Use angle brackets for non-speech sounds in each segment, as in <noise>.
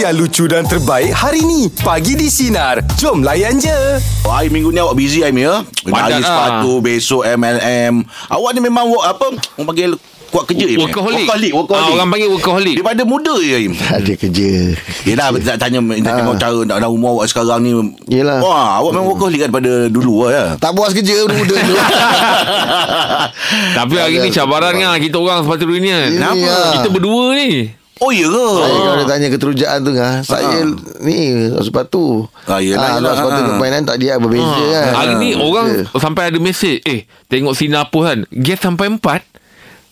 yang lucu dan terbaik hari ni. Pagi di Sinar. Jom layan je. Oh, hari minggu ni awak busy Aim ya Hari Padat lah. sepatu Besok MLM Awak ni memang work, Apa Orang panggil Kuat kerja Aim, ya? Workaholic. Workaholic, workaholic. Ah, orang panggil workaholic. Daripada muda je Aim Tak ada kerja Yelah kita nak tanya Kita tengok cara Nak dalam umur awak sekarang ni Yelah. Wah awak memang workaholic kan Daripada dulu lah ya Tak puas kerja Muda <laughs> tu Tapi hari ni cabaran kan Kita orang sepatu dunia Kenapa? Kita berdua ni Oh iya ke Saya Eh, kalau dia tanya keterujaan tu ha, Ah. Saya ni Sepatu Ah, yelah, ha, yelah. Sepatu Ah. permainan tak dia Berbeza kan Hari ni Ah, orang berbeza. Sampai ada mesej Eh tengok sinar post kan Gas sampai empat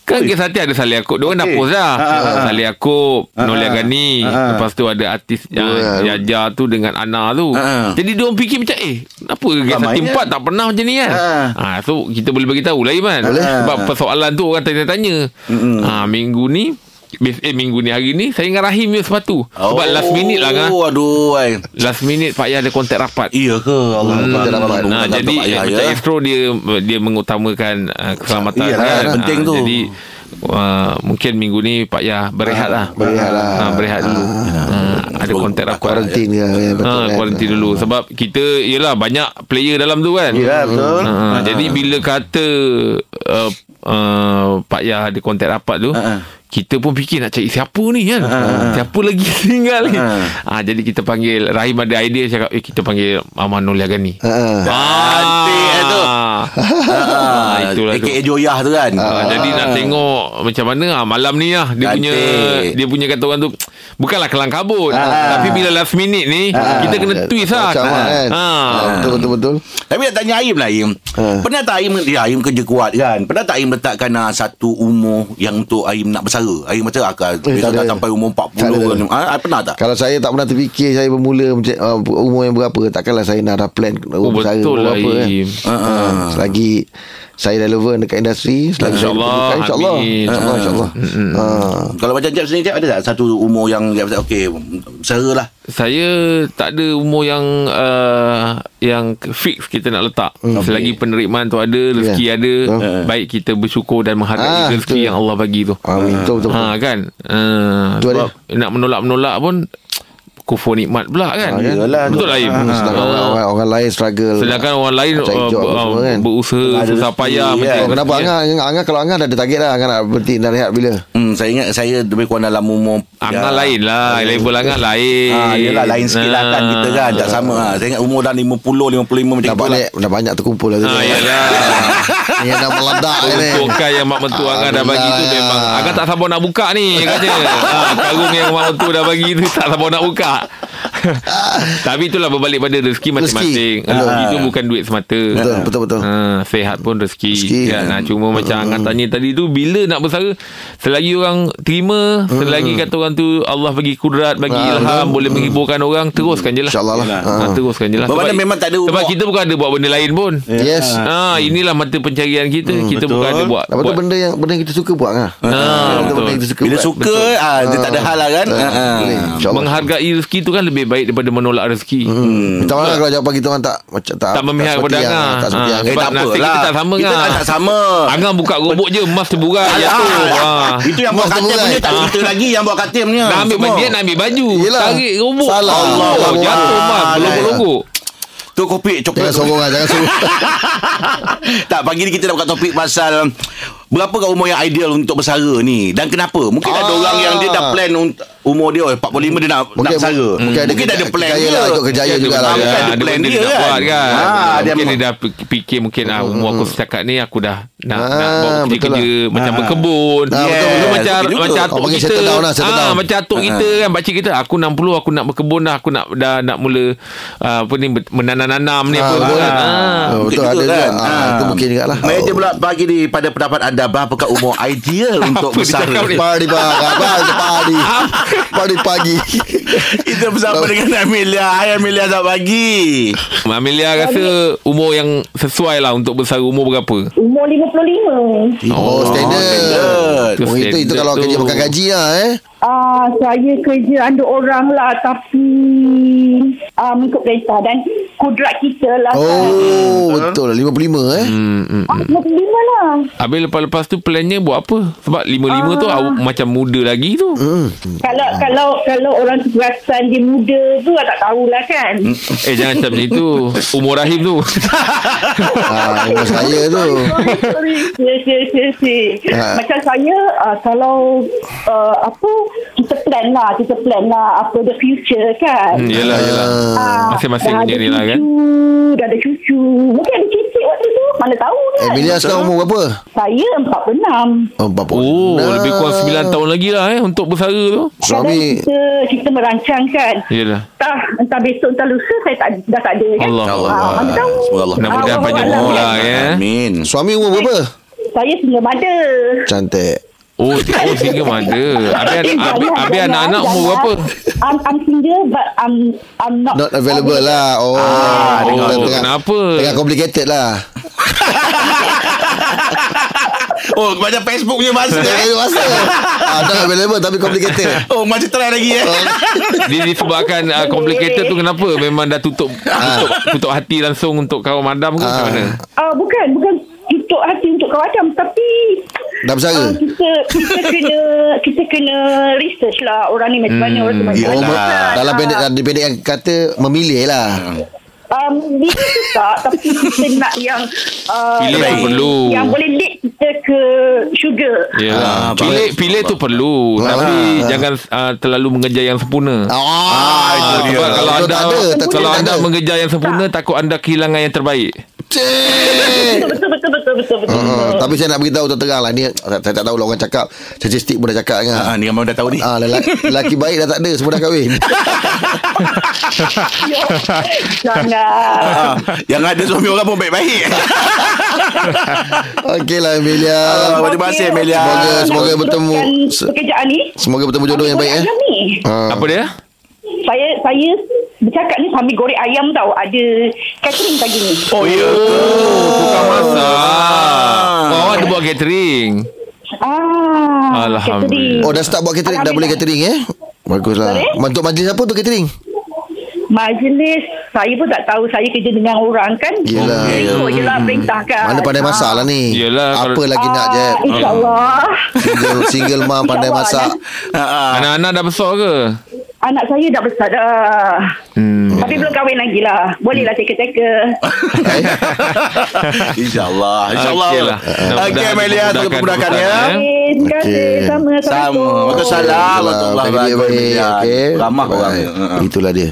Kan gas hati ada Salih Akub Diorang dah Okey. post dah Ha, ha, ha. Salih Akub Ha, ha. Nolia Gani Ha, ha. Lepas tu ada artis Dua. yang Jaja tu dengan Ana tu Ha, ha. Jadi diorang fikir macam Eh kenapa gas hati Ramainya. empat Tak pernah macam ni kan Ha, ha, So kita boleh bagi tahu lah Iman Boleh. Sebab Ha. persoalan tu orang tanya-tanya ha, Minggu ni bes- Eh minggu ni hari ni Saya dengan Rahim punya sepatu Sebab last minute lah kan Oh aduh Aim Last minute Pak Yah ada kontak rapat Iya ke Allah Hmm. Allah, Allah, Allah, Nah, Allah, jadi Allah, ya, Allah, macam ya. Astro dia dia mengutamakan uh, keselamatan Iyalah, kan. penting Ah, tu. Jadi uh, mungkin minggu ni Pak Yah berehat lah. berehat lah. Ah, berehat dulu. Ah, ada kontak rapat. Kuarantin ke Ha, eh. kan. kuarantin dulu sebab kita ialah banyak player dalam tu kan. Ah. Yelah, betul. Ha, Ha. jadi bila kata uh, uh, Pak Yah ada kontak rapat tu Ha. Kita pun fikir nak cari siapa ni Ah, kan Siapa lagi <laughs> tinggal ni ha. Jadi kita panggil Rahim ada idea cakap Eh kita panggil Amanul Yagani Ah, Ha. Cantik eh, lah tu. Ah, itulah tu. AKA Joyah tu kan Ah, jadi nak tengok macam mana ah, malam ni lah dia punya Cantik. dia punya kata orang tu bukanlah kelang kabut Ah. tapi bila last minute ni kita kena twist lah. Ah, Macam mana kan Ha. Betul betul betul Tapi nak tanya Aim lah Aim Ha. Pernah tak Aim Ya Aim kerja kuat kan Pernah tak Aim letakkan uh, Satu umur Yang untuk Aim nak bersara Aim macam akal Eh, Besok tak dah ada. sampai umur 40 Tak ada, tak kan. ada. Ha, Pernah tak? Kalau saya tak pernah terfikir Saya bermula macam uh, Umur yang berapa Takkanlah saya nak dah plan Oh, umur saya betul umur lah berapa, kan. Im. Ah. Ha, ha. Selagi saya relevan dekat industri Selagi saya InsyaAllah, diperlukan InsyaAllah amin. Ah. InsyaAllah InsyaAllah ha. Kalau macam Jeb sendiri Jeb ada tak Satu umur yang Jeb kata Okay Bersara lah Saya tak ada umur yang uh, yang fix kita nak letak. Selagi penerimaan tu ada, rezeki Hmm. Ya. ada, Betul. baik kita bersyukur dan Ah, menghargai betul. rezeki yang Allah bagi tu. Ah. Amin. Betul, betul, betul. Ha kan. Uh, Betul sebab nak menolak-menolak pun kufur nikmat pula kan. Ah, yalah, tu. betul lah. Im? Ah, Sedangkan Ah. orang, orang, orang lain struggle Sedangkan orang lain Nak cari uh, job apa uh, semua, kan? berusaha Ada susah rezeki, payah Ya. kan? mencari Oh, kenapa rezeki, Angah, Angah Angah kalau Angah dah ada target dah Angah nak berhenti nak rehat bila Hmm, saya ingat saya lebih kurang dalam umur ya, Angah lain lah Level Angah lain Ah, yelah lain sikit lah kan kita kan tak sama ah. Saya ingat umur dah 50 55 macam Dah tu lah. banyak Dah banyak terkumpul lah tu. Ah, yelah Yang dah meledak ni Untukkan yang mak mentua Angah dah bagi tu Alhamdulillah. memang Angah tak sabar nak buka ni Dia <laughs> kata ha, Karung yang mak mentua dah bagi tu Tak sabar nak <laughs> buka Tapi itulah berbalik pada rezeki masing-masing Rezeki. Rezeki, itu bukan duit semata Betul, betul, betul. ha, Sehat pun rezeki, Rezeki. ya. kan? Ha, Cuma macam Angah tanya tadi tu Bila nak bersara Selagi orang terima Hmm. Selagi kata orang tu Allah bagi kudrat Bagi Ah, ilham Boleh menghiburkan orang Teruskan je lah InsyaAllah lah. ha, Ah. Teruskan je lah Bermakna memang tak ada Sebab umur. kita bukan ada buat benda lain pun Yes Ah, inilah mata pencarian kita. hmm. kita betul. bukan ada buat. Apa tu buat. benda yang Benda yang kita suka buat Angah Ah, Benda- Benda yang betul. kita suka Bila buat. suka ah, dia tak ada hal lah kan. Ah, Ah, ah. boleh. InsyaAllah Menghargai rezeki tu kan lebih baik daripada menolak rezeki. Hmm. Minta maaf lah kalau jawapan kita orang tak macam tak Tak memihak seperti kepada yang- Angah. Tak Ah, seperti yang Eh, sebab tak nasib apa kita lah. tak sama, Kita Ngah. kan tak sama. Angang buka robot je emas terburai jatuh. Ha. Ah, Itu yang buat Mas katil terurat. punya tak ada cerita lagi yang buat katil punya. Nak kan? Ah. ambil Semua. baju, nak ambil baju. Yelah. Tarik robot. Salah. Allah, Allah. jatuh emas, Allah. berlogok-logok. Tu kopi coklat. Jangan sorong lah Jangan <laughs> sorong <laughs> tak pagi ni kita nak buka topik pasal berapa kat umur yang ideal untuk bersara ni dan kenapa? Mungkin ada Ah. orang yang dia dah plan unt- umur dia oh, 45 dia nak nak bersara. Mungkin, ada dia ada kerja- plan kerjaya dia. lah, Untuk kerjaya Kan, juga dia lah betul. buat- Kan, ah, dia ada plan benda dia nak kan. buat kan. Ah, dia mungkin dia memang- dah pi- fikir mungkin ah, umur aku setakat ni aku dah nak Hmm, Ah, nak buat betul kerja macam Ah. berkebun. Ah, betul, Dulu betul. macam Betul juga. macam atuk Orang panggil kita. settle down lah, settle Ah, down. macam atuk kita kan pakcik kita aku 60 aku nak berkebun dah aku nak dah nak mula ah, apa ni menanam-nanam ni Ah, apa betul. kan. Ah. Ah, Betul Mungkin ada juga juga Ah, Itu mungkin juga lah Meja pula pagi ni pada pendapat anda berapakah umur <laughs> ideal untuk Apa dia bersara? cakap ni? Party bang Abang <laughs> party Party pagi Kita bersama dengan Amelia. Hai Amelia selamat pagi. Amelia rasa umur yang sesuai lah untuk besar umur berapa? Umur 55. Oh standard Standard. Oh, itu, itu Standard kalau tu. kerja makan gaji lah eh Ah, saya kerja under orang lah tapi ah, mengikut perintah dan kudrat kita lah. Oh betul 55 eh Hmm, hmm. Ah, 55 lah. Habis lepas-lepas tu plannya buat apa? Sebab 55 tu awak macam muda lagi tu. Hmm. Kalau kalau kalau orang tu perasan dia muda tu tak tahulah kan. Hmm, Eh jangan macam itu. Umur rahim <laughs> tu. ah, Umur saya tu <laughs> Sorry, sorry, sorry, sorry, sorry. Ha. Macam saya uh, kalau uh, apa kita plan lah, kita plan lah apa the future kan. ya. Hmm, yelah, yelah. Ah, Masing-masing dah punya ada ni lah, kan? cucu, Dah ada cucu. Mungkin ada cicit waktu tu. Mana tahu kan. Emilia sekarang umur berapa? Saya 46. Oh, 46. Oh, lebih kurang 9 tahun lagi lah eh untuk bersara tu. Suami Kadang kita, kita merancangkan. Yelah. Entah, entah besok, entah lusa saya tak, dah tak ada kan. Allah. Allah. Ah, mana tahu. Semoga Allah. Mudah-mudahan Ah, panjang Allah umur Alam. lah ya. Oh, Amin. Suami umur berapa? <laughs> Saya single mother. Cantik Oh, oh single mother. Habis habis- habis anak-anak umur berapa? I'm, I'm single but I'm, I'm not, Not available lah Oh, Ah, tengok oh, tengah- kenapa? Tengah complicated lah <laughs> Oh, macam Facebook punya masa. Tengah eh. rasa ah, Not available tapi <laughs> complicated Oh, macam try lagi eh. Dia disebabkan uh, complicated tu kenapa? Memang dah tutup tutup, tutup hati langsung untuk kawan madam ke macam Ah. mana? Ah, bukan, bukan tutup hati untuk kawan macam tapi Dah Ah, bersara? kita <laughs> kita kena kita kena research lah orang ni macam mana orang tu macam Oh, mana. me- dalam pendek Ah, dalam pendek yang kata memilih lah. um, dia susah tapi kita nak yang uh, Pilih yang, yang perlu. yang boleh lead kita ke sugar. Ya. Ah, pilih baik. pilih tu perlu Ah. tapi Ah. jangan uh, terlalu mengejar yang sempurna. Ah, Ah, itu sebab dia. kalau Betul anda tak ada, tak- kalau tak anda ada. mengejar yang sempurna takut anda kehilangan yang terbaik. Betul betul betul betul betul betul. Ah, tapi saya nak beritahu terang-terang lah ni saya tak tahu lah orang cakap statistik pun dah cakap Ah, kan. ni memang dah tahu ni. Ah, lelaki, lelaki baik dah tak ada semua dah <laughs> kahwin. Ya. <laughs> Jangan. Ah, <laughs> yang ada suami orang pun baik-baik. <laughs> Okeylah lah, Amelia. Ah, terima kasih Okey. Amelia. Semoga semoga Nak bertemu teruskan se- pekerjaan ni. semoga bertemu jodoh yang baik eh. Ayam ni. Ah. Apa dia? Saya saya bercakap ni sambil goreng ayam tau. Ada catering pagi ni. Oh, ya. Tukang masak. Ah. Oh, awak ada buat catering. Ah, Alhamdulillah. catering. Oh dah start buat catering dah boleh catering eh. Baguslah. Sorry? Untuk majlis apa tu catering? Majlis saya pun tak tahu saya kerja dengan orang kan. Yelah. Ikut je lah perintah kan. Hmm. Mana pandai masak lah ni. Yelah, Apa kalau- lagi nak je. Hmm. Ah, InsyaAllah. Single, single mom pandai InsyaAllah, masak. Ah. Anak-anak dah besar ke? Anak saya dah besar dah. Hmm. Tapi belum kahwin lagi lah. Boleh lah Eh? teka-teka. InsyaAllah. InsyaAllah. Okey lah. Okey, Mudah-mudahan Amelia. Tunggu dipermudahkan perbudakan ya. keputusan, Terima kasih. Okey. Sama. Sama. Waalaikumsalam. Assalamualaikum. Warahmatullahi Family baik. wabarakatuh. Okay. Ramah orang. Bye. Itulah dia.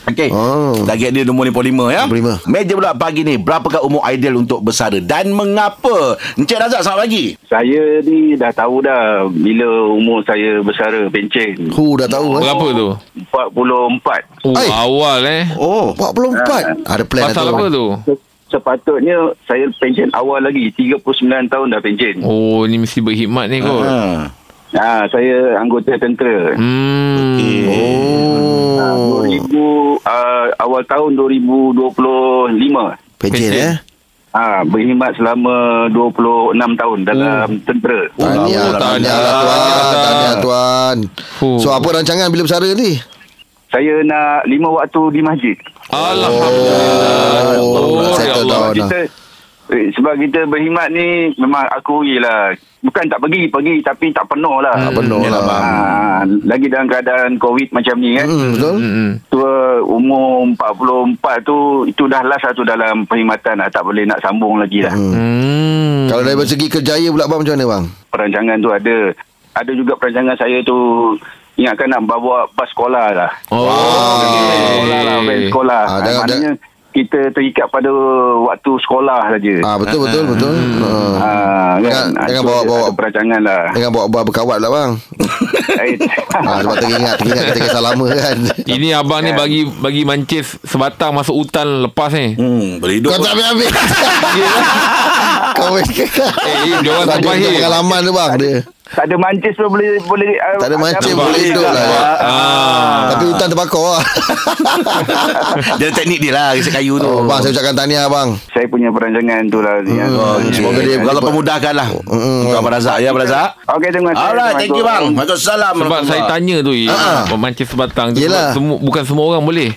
Okey. Oh. Target dia nombor 55 ya. 55. Meja pula pagi ni. Berapakah umur ideal untuk bersara dan mengapa? Encik Razak selamat pagi. Saya ni dah tahu dah bila umur saya bersara pencen. Hu dah tahu eh. Berapa tu? 44. Oh, Ai. awal eh. Oh, 44. Ada plan dah Pasal tu. apa tu? Se- Sepatutnya saya pencen awal lagi 39 tahun dah pencen. Oh, ni mesti berkhidmat ni kot. Ah. Ha. Ha, saya anggota tentera. Hmm. Oh. 2000 uh, awal tahun 2025. Pencen eh. Ha, berkhidmat selama 26 tahun dalam tentera. Tahniah, Hmm. Oh, tahniah tahniah. lah tuan. Tahniah. Tahniah tuan. Huh. So apa rancangan bila bersara ni? Saya nak lima waktu di masjid. Alhamdulillah. Oh, Oh, ya settle Allah. down. Oh, kita eh, sebab kita berkhidmat ni memang aku lah. Bukan tak pergi, pergi tapi tak penuh lah. Tak penuh Hmm, lah, bang. Ha, lagi dalam keadaan COVID macam ni kan. Hmm, betul? Hmm. Tua umur 44 tu itu dah last satu dalam perkhidmatan lah. Tak boleh nak sambung lagi lah. Hmm. Kalau dari segi kerjaya pula bang macam mana bang? Perancangan tu ada. Ada juga perancangan saya tu ingatkan nak bawa bas sekolah lah. Oh. Sekolah lah, van sekolah. Ah, jangan- Maknanya kita terikat pada waktu sekolah saja. Ah betul betul betul. Ah. Ah, Jangan- kan? Ah, jangan tu bawa- ada- bawa- ada perancangan lah. Dengan bawa bawa berkawat pula bang. Eh, <laughs> Ah sebab teringat teringat kita kisah lama kan. Ini abang ni bagi bagi mancis sebatang masuk hutan lepas ni. Eh, Hmm, boleh hidup. Kau tak habis-habis. Kau weh. Ya. Eh, dia orang Sebab dia terbaik. dia pengalaman tu bang dia. tak ada mancis pun boleh ah, boleh Tak ada mancing Nampak? boleh hidup lah. Ah. Tapi itu hutan terbakar lah. Dia ada teknik dia lah Kisah kayu tu oh, bang, saya ucapkan tahniah bang. Saya punya perancangan tu lah ni. Oh, Ni. Semoga dia Allah pemudahkan lah Oh, Bukan Abang Razak ya Abang Razak Okey, terima kasih. Alright thank you bang Waalaikumsalam Sebab saya tanya tu ya, Pemancing sebatang tu Ah. Yelah. sebab semua, Bukan semua orang boleh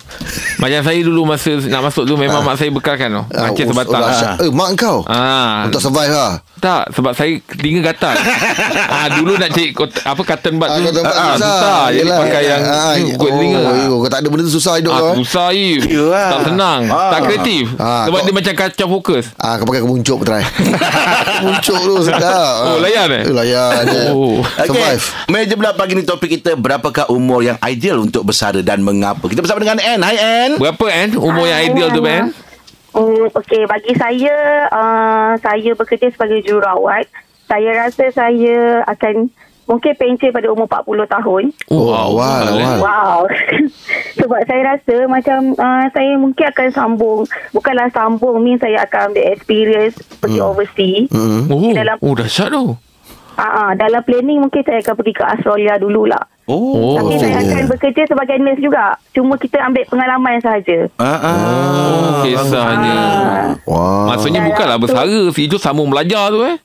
Macam saya dulu Masa nak masuk tu Memang mak saya bekalkan tu Mancing Ah, sebatang oh, Ah. dahsyat. Eh, mak kau. Ah. Untuk survive lah. Tak sebab saya telinga <laughs> gatal. ah dulu nak cari kot, apa cotton bud Ah, tu. kau tempat ah, susah. susah. Jadi Yelah. pakai yang Ah, ni kot oh, telinga. yo, Kau tak ada benda tu susah hidup kau. Ah, eh. lah. susah ye. Yalah. Tak senang. Ah. Tak kreatif. Ah, sebab kau- dia macam kacau fokus. Ah, kau pakai kemuncuk <laughs> try. Kemuncuk tu sedap. Oh, layan eh? Eh, <laughs> layan je. Oh. Okay. Survive. Meja pula pagi ni topik kita Berapakah umur yang ideal untuk bersara dan mengapa Kita bersama dengan Anne Hai Anne Berapa kan umur yang Ah, ideal tu ya, Ben? ya. Oh, okey. Bagi saya, uh, saya bekerja sebagai jururawat. Saya rasa saya akan mungkin pension pada umur 40 tahun. Oh, awal, awal. Ah. Wow. <laughs> Sebab saya rasa macam uh, saya mungkin akan sambung. Bukanlah sambung means saya akan ambil experience pergi Hmm. mm. overseas. Mm. Oh, Dalam- oh dahsyat tu. Uh, dalam planning mungkin saya akan pergi ke Australia dululah. Oh Oh, Tapi saya akan bekerja sebagai nurse juga. Cuma kita ambil pengalaman sahaja. Ah, ah. Oh, kisahnya. Wah. Maksudnya Ah. bukanlah bersara Si itu sambung belajar tu eh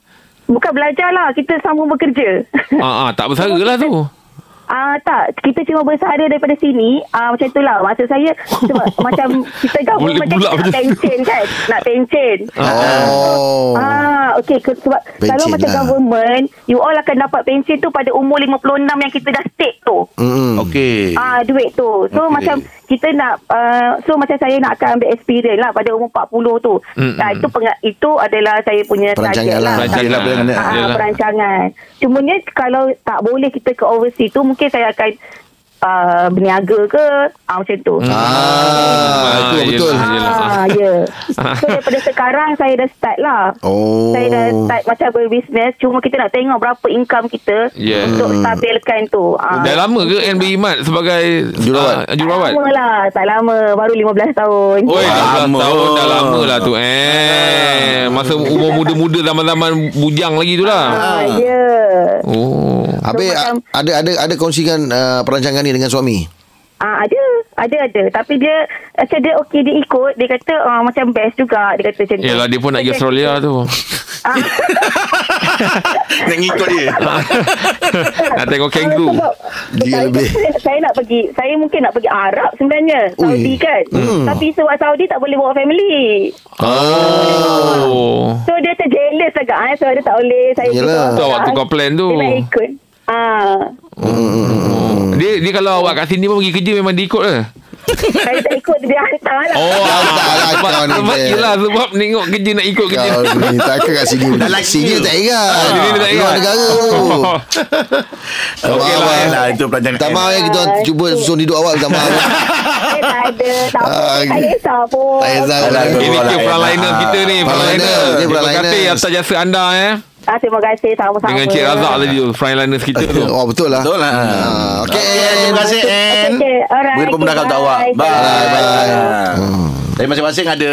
Bukan belajar lah. Kita sambung bekerja. <laughs> ah, ah, Tak bersara lah tu Ah uh, tak, kita cuma bersara daripada sini. Ah uh, macam itulah maksud saya <laughs> sebab macam kita gabung Boleh macam pula kita nak macam tu. pension kan. Nak pension. <laughs> Oh. Ah okey ke- sebab Pension kalau macam lah. government, you all akan dapat pension tu pada umur 56 yang kita dah stake tu. Mm-mm. Okay Ah duit tu. So Okey. macam kita nak uh, so macam saya nak akan ambil experience lah pada umur 40 tu. Mm-mm. Nah, itu penga- itu adalah saya punya Perancangan target lah. Perancangan. Yelah, bilang Anne. Ah, Yelah. perancangan. Cumanya kalau tak boleh kita ke overseas tu mungkin saya akan uh, berniaga ke ah, macam tu. Hmm, Ah, itu yelah, betul. yelah. Ah, <laughs> ya. So daripada sekarang saya dah start lah. Oh. Saya dah start macam berbisnes cuma kita nak tengok berapa income kita Yeah. untuk stabilkan tu. Ah. Dah lama ke Anne berimat sebagai Jururawat. ah, Jururawat Lama lah. Tak lama. Baru 15 tahun. Oi, dah Lama. tahun dah lama lah tu Eh Masa umur muda-muda Zaman-zaman bujang lagi tu lah Ah, ya. Oh Habis So, macam- a- ada ada ada kongsikan uh, perancangan ni <laughs> dengan suami. Ah ada, ada ada. Tapi dia macam dia okey dia ikut, dia kata ah, macam best juga. Dia kata macam tu. Yelah dia pun nak pergi Australia tu Ah, Nak ngikut dia Nak tengok <laughs> kangaroo sebab Dia saya, lebih. Saya, saya nak pergi, saya mungkin nak pergi Arab sebenarnya. Saudi kan. Hmm. Tapi sebab Saudi tak boleh bawa family. Oh So dia macam jealous agak eh. So dia tak boleh saya Yelah. ikut orang Tu awak Arab. tukar plan tu. Dia nak ikut. Ah, Dia dia kalau awak kat sini pun pergi kerja Memang diikut ke saya tak ikut dia hantar lah. Oh ah, tak, Sebab kau ni, sebab- Ben. Yelah sebab Tengok kerja nak ikut kerja Kau <laughs> ni takkan kat sini. Dalam sini tak ingat. Ah, sini dia tak Luar ingat. negara <laughs> tu. Oh. Okey lah, Anne lah Itu perancangan Tak mahu Anne. ya Ah, kita orang cuba susun hidup awak tak <laughs> mahu. Saya tak ada. Tak apa. Ah, tak kisah pun. Tak kisah. Alah, Ini ke Alah, frontliner Anne. kita ni Ah, Frontliner frontliner. Dia Terima frontliner. kasih atas jasa anda eh Ah, terima kasih sama-sama. Dengan Cik Razak tadi tu Frontliners kita tu Oh betul lah. Betul lah Ah, Okey okey. Terima kasih Anne Okay, alright. Boleh pemudahkan untuk awak Bye Bye, Hmm. Tapi masing-masing ada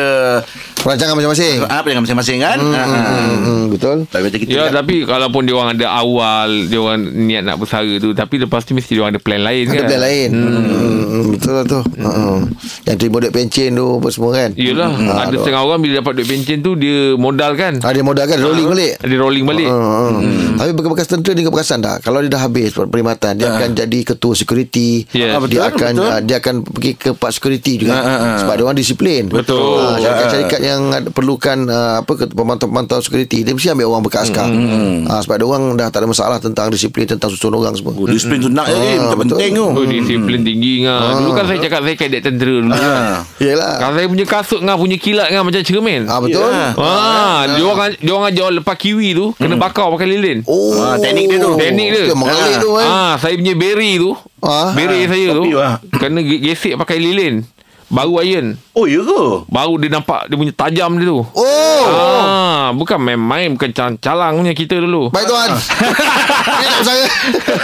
Perancangan masing-masing. Apa dengan masing-masing kan Ah, ah. Hmm, betul. Tapi macam kita Ya kan? tapi kalaupun dia orang ada awal dia orang niat nak bersara tu tapi lepas tu mesti dia orang ada plan lain Ada kan. plan lain. Hmm. Betul lah tu. Hmm. Yang terima duit pencen tu apa semua kan. Yelah Ah, ada tu. setengah orang bila dapat duit pencen tu dia modal kan. Ah, dia modal kan rolling balik. Dia rolling balik. Hmm. hmm. Tapi bekas-bekas tentera ni kau perasan tak? Kalau dia dah habis per- perkhidmatan, dia akan jadi ketua security. Yes. dia Ah. Betul, akan betul. ah, dia akan pergi ke part security juga. ah, ah. Sebab dia orang disiplin. Betul. Ah, syarikat-syarikat yang ada- perlukan ah, apa ke- pemantau-pemantau security, dia mesti ambil orang bekas askar. Hmm. Ah, sebab dia orang dah tak ada masalah tentang disiplin, tentang susun orang semua. Oh, Disiplin tu nak je Macam penting tu Hmm. Oh, disiplin tinggi ngah. Dulu kan saya cakap saya kadet tentera dulu. Hmm. Ah. Yelah. Kalau saya punya kasut ngah punya kilat ngah macam cermin. Ah Hmm. betul. Yelah. Ah, dia orang dia orang ajar lepas kiwi tu Hmm. kena bakar pakai lilin. Oh, Ah, teknik dia tu. Teknik dia. Dia mengalir Ah. tu kan. Ah, saya punya berry tu. Ah. Berry saya tu. Kopi tu, ah. Kena ge- gesek pakai lilin. Baru iron. Oh ya ke Baru dia nampak dia punya tajam dia tu. Oh. Ah, bukan main-main bukan calang-calang punya kita dulu. Baik tuan. Ini tak bersara.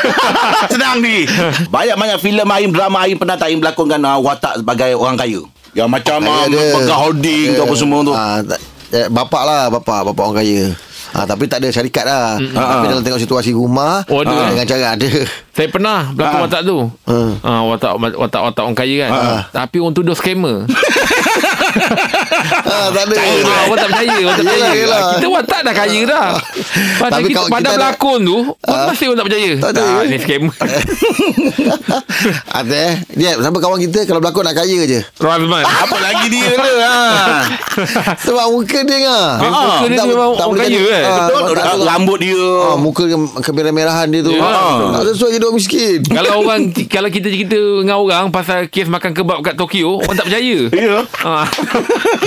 <laughs> Senang ni Banyak-banyak filem Aim drama Aim pernah tak Aim berlakonkan ah, Watak sebagai orang kaya Yang macam ah, Kaya dia. Pegang holding tu Apa semua tu Ah, tak- eh, bapak lah bapak bapak orang kaya. ha, Tapi tak ada syarikat lah mm. Tapi Ah. dalam tengok situasi rumah Oh, ada, ah, eh? Dengan cara ada Saya pernah berlakon Ah. watak tu. Hmm. Ah, watak watak watak orang kaya kan. Ah. Tapi orang tuduh <laughs> scammer. ha, Tak ada Ah, orang tak percaya, orang tak Yelah, percaya. yelah. Ah. Kita watak dah kaya dah. Macam Tapi kita, kalau pada kita ada- Ah. berlakon tu, orang masih orang tak percaya. Tak ada, Ah, eh? ni <laughs> scammer. <laughs> Ada eh Dia Siapa kawan kita Kalau berlakon nak kaya je Ah, Rahman. Apa lagi dia lah ha. Sebab muka dia kan Memang muka dia memang orang boleh kaya, jadi- eh? Ah, Betul tak- tak- Rambut dia Ah, Muka dia kemerah-merahan dia tu Ya. Tak sesuai jadi orang miskin <laughs> kalau orang kalau kita cerita dengan orang pasal kes makan kebab kat Tokyo, orang tak percaya. Ya. Ah.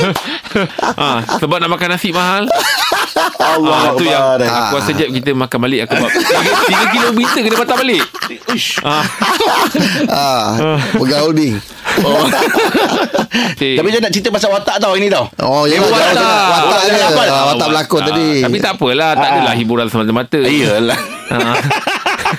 <laughs> ah, sebab nak makan nasi mahal. Allah Ah, tu yang Akbar. aku rasa jap kita makan balik aku kebab. 3 kilometer kena patah balik. Uish. Ah. ah, Pegang holding Oh. Eh. Tapi saya nak cerita pasal watak tau ini tau. Oh Eh, ya watak. Watak Watak Watak dia apa? Ah, Watak pelakon Ah, tadi Tapi tak apalah, tak Ah. adalah hiburan semata-mata. Iyalah. Ah. <laughs>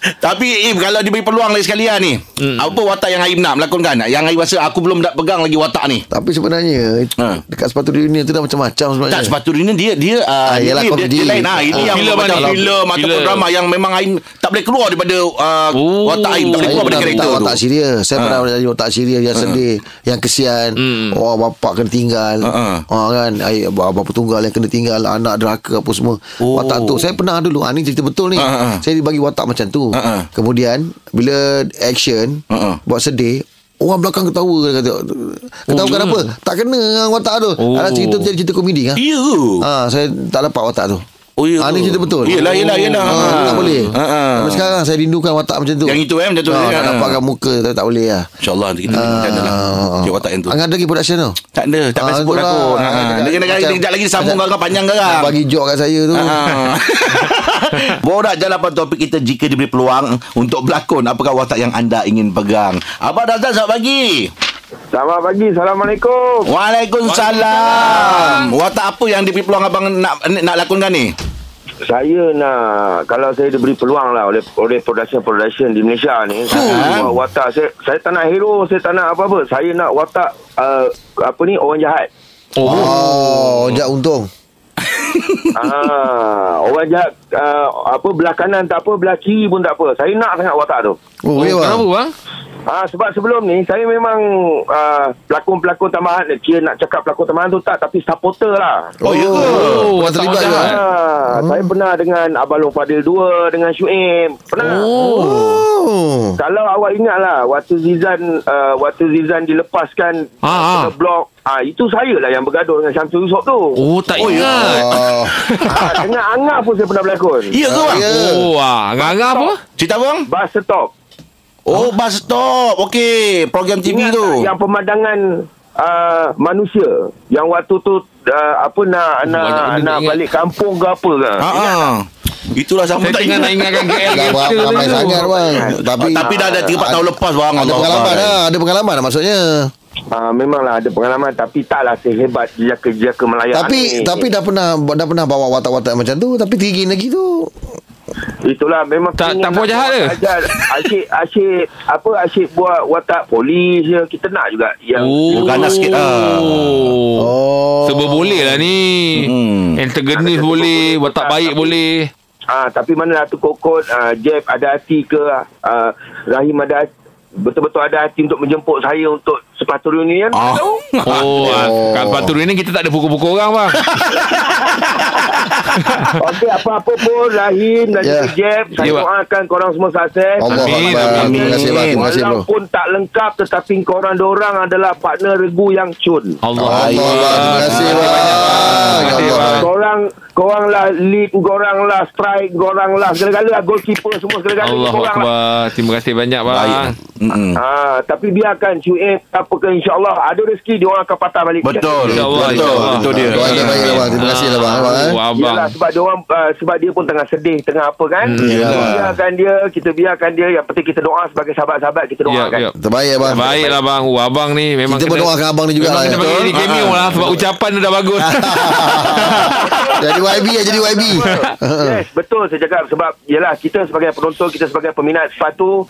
Tapi Im kalau diberi peluang lagi sekali lah ni. Apa watak yang Aim nak melakonkan? Yang Aim rasa aku belum nak pegang lagi watak ni. Tapi sebenarnya Ah. Dekat sepatu dunia tu dah macam-macam sebenarnya Tak sepatu ini dia dia uh, Eh. Ah, yelah, dia, dia, komedi. dia lain ah ini Ah, yang filem macam lah ni. filem ataupun Filem. drama yang memang Aim tak boleh keluar daripada uh, Oh. watak Aim tak boleh Saya keluar pernah daripada minta karakter tu. Ha. watak serius Saya pernah jadi watak serius Yang sedih Yang kesian Oh bapak kena tinggal Hmm. Ha, oh, kan Ay, Bapa tunggal yang kena tinggal Anak deraka apa semua Oh. Watak tu Saya pernah dulu ah, Ni cerita betul ni Ha, ha, ha. Saya dibagi watak macam tu Ha, ha. Kemudian Bila action Ha, ha. Buat sedih Orang belakang ketawa dia kata. Ketawa Oh, ya. kenapa? Tak kena dengan watak tu Oh. Alah cerita tu jadi cerita komedi kan? Ya. Ha, saya tak dapat watak tu Oh, ya Ah, ke? ni cerita betul. Yelah, yelah, yelah. Ah, Ah. tak boleh. Ah, ah. Tapi sekarang saya rindukan watak macam tu. Yang itu, eh, macam tu. Ah, nak Ah. nampakkan muka tapi tak boleh lah. InsyaAllah kita uh, rencana lah. Cik watak yang tu. Angkat lagi production tu. Tak ada, tak payah Ah, sebut itulah. aku. Ha. Ah, Dia kena kali macam- kejap lagi dia sambung macam- garang panjang garang. Bagi joke kat saya tu. Ah. <laughs> Borak jalapan topik kita jika diberi peluang untuk berlakon apakah watak yang anda ingin pegang. Abang Razak selamat pagi. Selamat pagi. Assalamualaikum. Waalaikumsalam. Watak apa yang diberi peluang abang nak nak lakonkan ni? Saya nak kalau saya diberi peluang lah oleh oleh production-production di Malaysia ni, Ha? saya nak watak saya saya tak nak hero, saya tak nak apa-apa. Saya nak watak uh, apa ni orang jahat. Oh, Jack untung. ah, orang jahat uh, apa belah kanan tak apa, belah kiri pun tak apa. Saya nak sangat watak tu. Oh, Oh, ya bang. kenapa bang? Ah sebab sebelum ni saya memang uh, pelakon-pelakon tambahan kira nak cakap pelakon tambahan tu tak tapi supporter lah. Oh, ya ke? Oh, Pernah watak terlibat orang juga. jahat. Ah, saya pernah dengan Abang Long Fadil 2 dengan Syuim. Pernah. Oh. Oh. Kalau awak ingat lah Waktu Zizan uh, Waktu Zizan dilepaskan Ah, ah. Ke blok ah, Itu saya lah yang bergaduh Dengan Syamsul Yusof tu Oh, tak ingat. Oh. ah, Dengan Angah pun saya pernah berlakon Ya ke bang? Ya. Oh, ah, nganga apa? Cerita bang? Bus stop Oh, bus stop. Okey, program TV Ingat tu. tak Yang pemandangan uh, Manusia Yang waktu tu uh, Apa nak Nak, banyak benda tak nak ingat. balik kampung ke apa ke Ha ah. Itulah sama Saya tak tengah nak ingat. ingatkan KL <laughs> Dah gangster ram- ramai tu. sangat bang. Tapi Ah, Tapi, tapi dah eh. ada 3 4 tahun lepas bang Ada Allah pengalaman Akbar. lah. Ada pengalaman lah maksudnya. ah, Memanglah ada pengalaman Tapi taklah sehebat Jejaka-jejaka Ya, Melayu Tapi ni. tapi dah pernah dah pernah bawa watak-watak macam tu tapi tinggi lagi tu. Itulah memang Tak- keinginan tak puas jahat ke? Jahat. Asyik asyik apa asyik buat watak polis je kita nak juga yang Oh, ganas sikit lah. Oh. Oh. Serba boleh lah ni. Hmm. Antagonis Ada boleh, serba watak boleh. baik boleh. ah tapi mana lah tu kokot ah, Jeff ada hati ke ah, Rahim ada hati- betul-betul ada hati untuk menjemput saya untuk kan? sepatu reunion Ah. tahu Oh, oh. kat Batu ni kita tak ada pukul-pukul orang bang. okey apa-apa pun Rahim dan Ah. Ya. yeah. Jeff saya Ya, Pak. doakan korang semua sukses Allah Amin, Akbar. amin. Terima kasih bang. Terima kasih bro. Walaupun tak lengkap tetapi korang dorang adalah partner regu yang cun. Allah. Allah Allah. Terima kasih bang. Ya kasih, Allah. bang. Korang Korang lah lead Korang lah strike Korang lah Segala-gala lah Goalkeeper semua Segala-gala Allah korang lah Akbar. Terima kasih banyak bang. Baik. Mm-mm. Ah, tapi biarkan cuit apa ke insyaAllah ada rezeki dia orang akan patah balik Betul. InsyaAllah, Betul. insyaAllah. Itu dia. Doa yang baik lah bang. Terima kasih lah bang. Abang, eh. Wah, abang. Yalah, sebab dia orang uh, sebab dia pun tengah sedih tengah apa kan Hmm, Kita yalah. biarkan dia kita biarkan dia yang penting kita doa sebagai sahabat-sahabat kita Ya, doakan ya. Terbaik lah. bang. Baiklah bang. Wah, abang ni memang Kita kena- berdoakan abang ni Memang jugalah. kita eh. <laughs> panggil dia cameo lah Sebab ucapan dia dah bagus Jadi YB ya jadi YB. yes, betul saya cakap sebab yalah kita sebagai penonton, kita sebagai peminat sepatu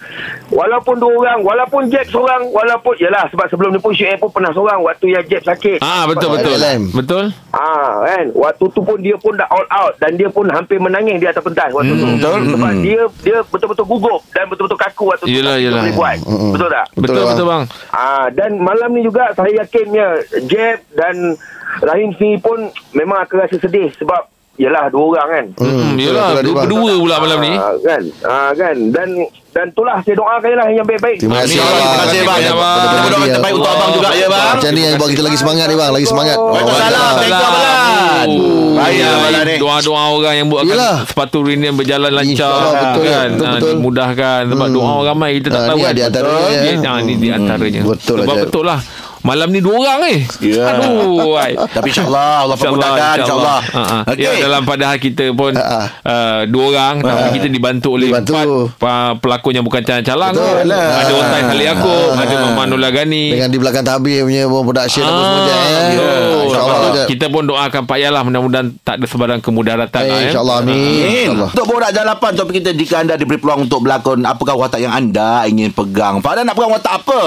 walaupun dua orang, walaupun Jeb seorang, walaupun yalah sebab sebelum ni pun Syed pun pernah seorang waktu yang Jeb sakit. Ah betul betul. LLM. Betul. Ah kan waktu tu pun dia pun dah all out dan dia pun hampir menangis di atas pentas waktu Hmm, tu. betul. Sebab Mm. dia dia betul-betul gugup dan betul-betul kaku waktu Yelah, tu. Dia yelah. Hmm, boleh buat. Betul tak? Betul, Betul bang. betul bang. Ah dan malam ni juga saya yakinnya Jeb dan Rahim Sri pun memang akan rasa sedih sebab yalah dua orang kan. Hmm, betul yalah lah, dua bang. berdua pula malam ni. Ah, kan ah, kan dan dan itulah saya doakanlah yang baik-baik Terima kasih. Amin. Terima kasih bang. Terima kasih, bang. Kita berdoa yang terbaik untuk abang juga ya bang. Macam ni yang buat kita lagi semangat ni bang, lagi semangat. Waalaikumsalam. Waalaikumsalam. Thank you, Abang. Oh, Baik, baik, Abang Lan, eh. Doa-doa orang yang buatkan Yelah. sepatu rinian berjalan lancar InsyaAllah, betul, kan. betul, Ah, betul. Dimudahkan sebab doa orang ramai kita tak Ah, tahu. ni kan. di antaranya, Betul. eh. Dia- ah, Ni di antaranya. Betul Sebab lah, Jeb. betul lah. Malam ni dua orang eh. Ya. Aduh. <laughs> ai. Tapi insyaAllah Allah permudahkan insyaAllah. Ha, ha. Ya, Okey. dalam padahal kita pun Ha, ha. uh, dua orang tapi kita dibantu oleh Ah, Dibantu. empat pa- pelakon yang bukan calang-calang. tu. Betul lah. Ada Otai Salih Yaakob, Ha, ha. ada Maman Nurul Ghani. Dengan di belakang tabir punya pun production apa semua je. eh. betul. InsyaAllah. Sebab Kita pun doakan Pak Yalah mudah-mudahan tak ada sebarang kemudaratan. lah, Eh, eh. InsyaAllah amin. Amin. InsyaAllah. Untuk borak jalapan topik kita jika anda diberi peluang untuk berlakon apakah watak yang anda ingin pegang? Farah nak pegang watak apa?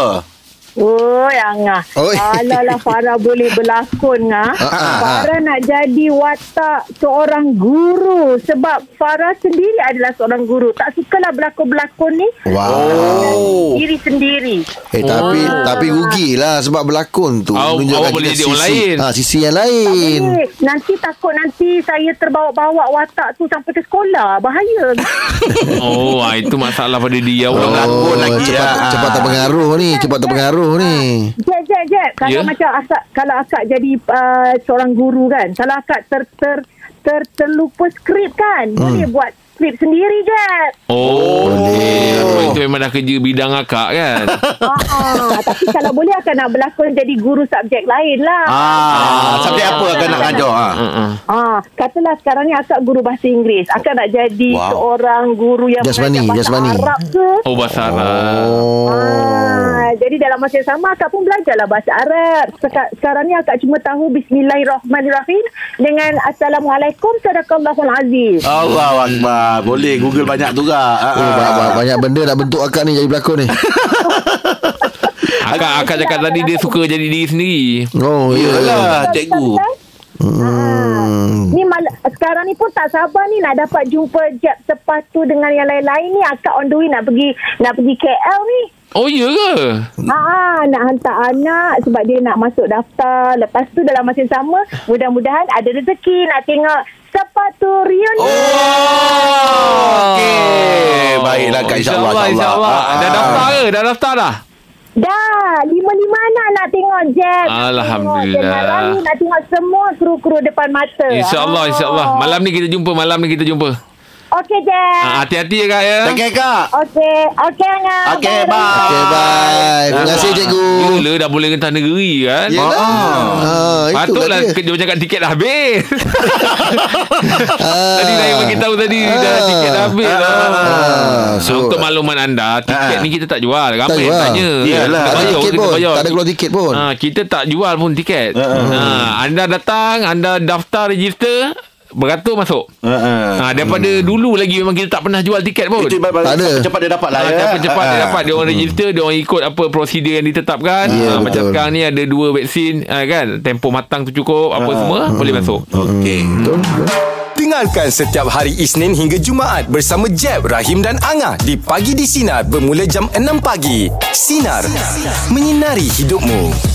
Oh, Angah. Oi. Kalau lah Farah boleh berlakon, ah. Ah, ah, Farah nak jadi watak seorang guru. Sebab Farah sendiri adalah seorang guru. Tak sukalah berlakon-berlakon ni. Wow. Oh. Diri sendiri. Eh tapi tapi rugilah sebab berlakon tu Awak- awak boleh jadi orang lain. ha, sisi yang lain. Eh, nanti takut nanti saya terbawa-bawa watak tu sampai ke sekolah. Bahaya. Oh, ah, itu masalah pada dia. Belum Oh. lakon Oh, lagi cepat lah. cepat terpengaruh ni, cepat terpengaruh ni. Jep, jep, jep. Kalau Ya. yeah. macam akak, kalau akak jadi uh, seorang guru kan. Kalau akak ter, ter, ter, terlupa skrip Hmm. kan. Boleh buat skrip sendiri, jep. <laughs> Oh. Boleh. Itu memang dah kerja bidang akak kan. Ah, tapi kalau boleh akak nak berlakon jadi guru subjek lain lah. Ah, subjek apa akan nak ajar? Ha? uh-uh. Ah, katalah sekarang ni akak guru bahasa Inggeris. Akak nak jadi Wow. seorang guru yang Jasmani, mengajar bahasa jasmani. Arab ke? Oh, bahasa Arab. Oh. Ah, jadi dalam masa yang sama akak pun belajarlah bahasa Arab. Seka- Sekarang ni akak cuma tahu Bismillahirrahmanirrahim dengan Assalamualaikum Sadaqallahul Aziz. Allahu Akbar. Boleh Google banyak tu kak. Ah, Oh, ba- ba- ah. banyak benda nak bentuk akak ni jadi pelakon ni. Akak, akak cakap tadi dia suka jadi diri sendiri. Oh, ya. Yalah, Ah, cikgu. Hmm. Ah, Ni mal- sekarang ni pun tak sabar ni nak dapat jumpa jap sepatu dengan yang lain-lain ni akak on the way nak pergi nak pergi KL ni. Oh, ya ke? Ha nak hantar anak sebab dia nak masuk daftar. Lepas tu dalam masa yang sama mudah-mudahan ada rezeki nak tengok sepatu reuni. Okey. Ah. Baiklah kak insyaAllah. InsyaAllah. Ah, ah. Dah daftar ke? Dah daftar dah? Dah, lima-lima anak nak tengok Jack. Alhamdulillah. Nak tengok Jack Nalani, nak tengok semua kru-kru depan mata. InsyaAllah, Ah. insyaAllah. Malam ni kita jumpa, malam ni kita jumpa. Okey, Jack. Ah, hati-hati ya kak ya. Thank you kak. Okey, okey, Angah. Okey, bye. Okay, bye. Terima kasih cikgu. Gila dah boleh rentas negeri kan. Yelah. Ah, Patutlah itulah dia. kerja macam kat tiket dah <laughs> habis. Ah. tadi saya bagi tahu tadi dah Ah. tiket dah habis lah. Ah, So, so- untuk makluman anda, tiket Ah. ni kita tak jual. Ramai Tak yang jual. tanya. Yelah. Kita Tak ada bayar, tiket kita pun. bayar. Tak ada keluar tiket pun. Ah, kita tak jual pun tiket. Ah, anda datang, anda daftar register, beratur masuk. Ah, ah. Ah, daripada Hmm. dulu lagi memang kita tak pernah jual tiket pun. Itu ibarat- Tak ada. Cepat dia dapat lah Ah, ya. siapa cepat Ah, dia ah. dapat Dia orang register Dia orang ikut apa prosedur yang ditetapkan Ya, yeah, betul. Macam sekarang ni ada dua vaksin ah, kan Tempoh matang tu cukup Apa Ah, semua Boleh Hmm. masuk Ah. Okey. Dengarkan setiap hari Isnin hingga Jumaat bersama Jeb, Rahim dan Angah di Pagi di Sinar bermula jam 6 pagi. Sinar. Menyinari hidupmu.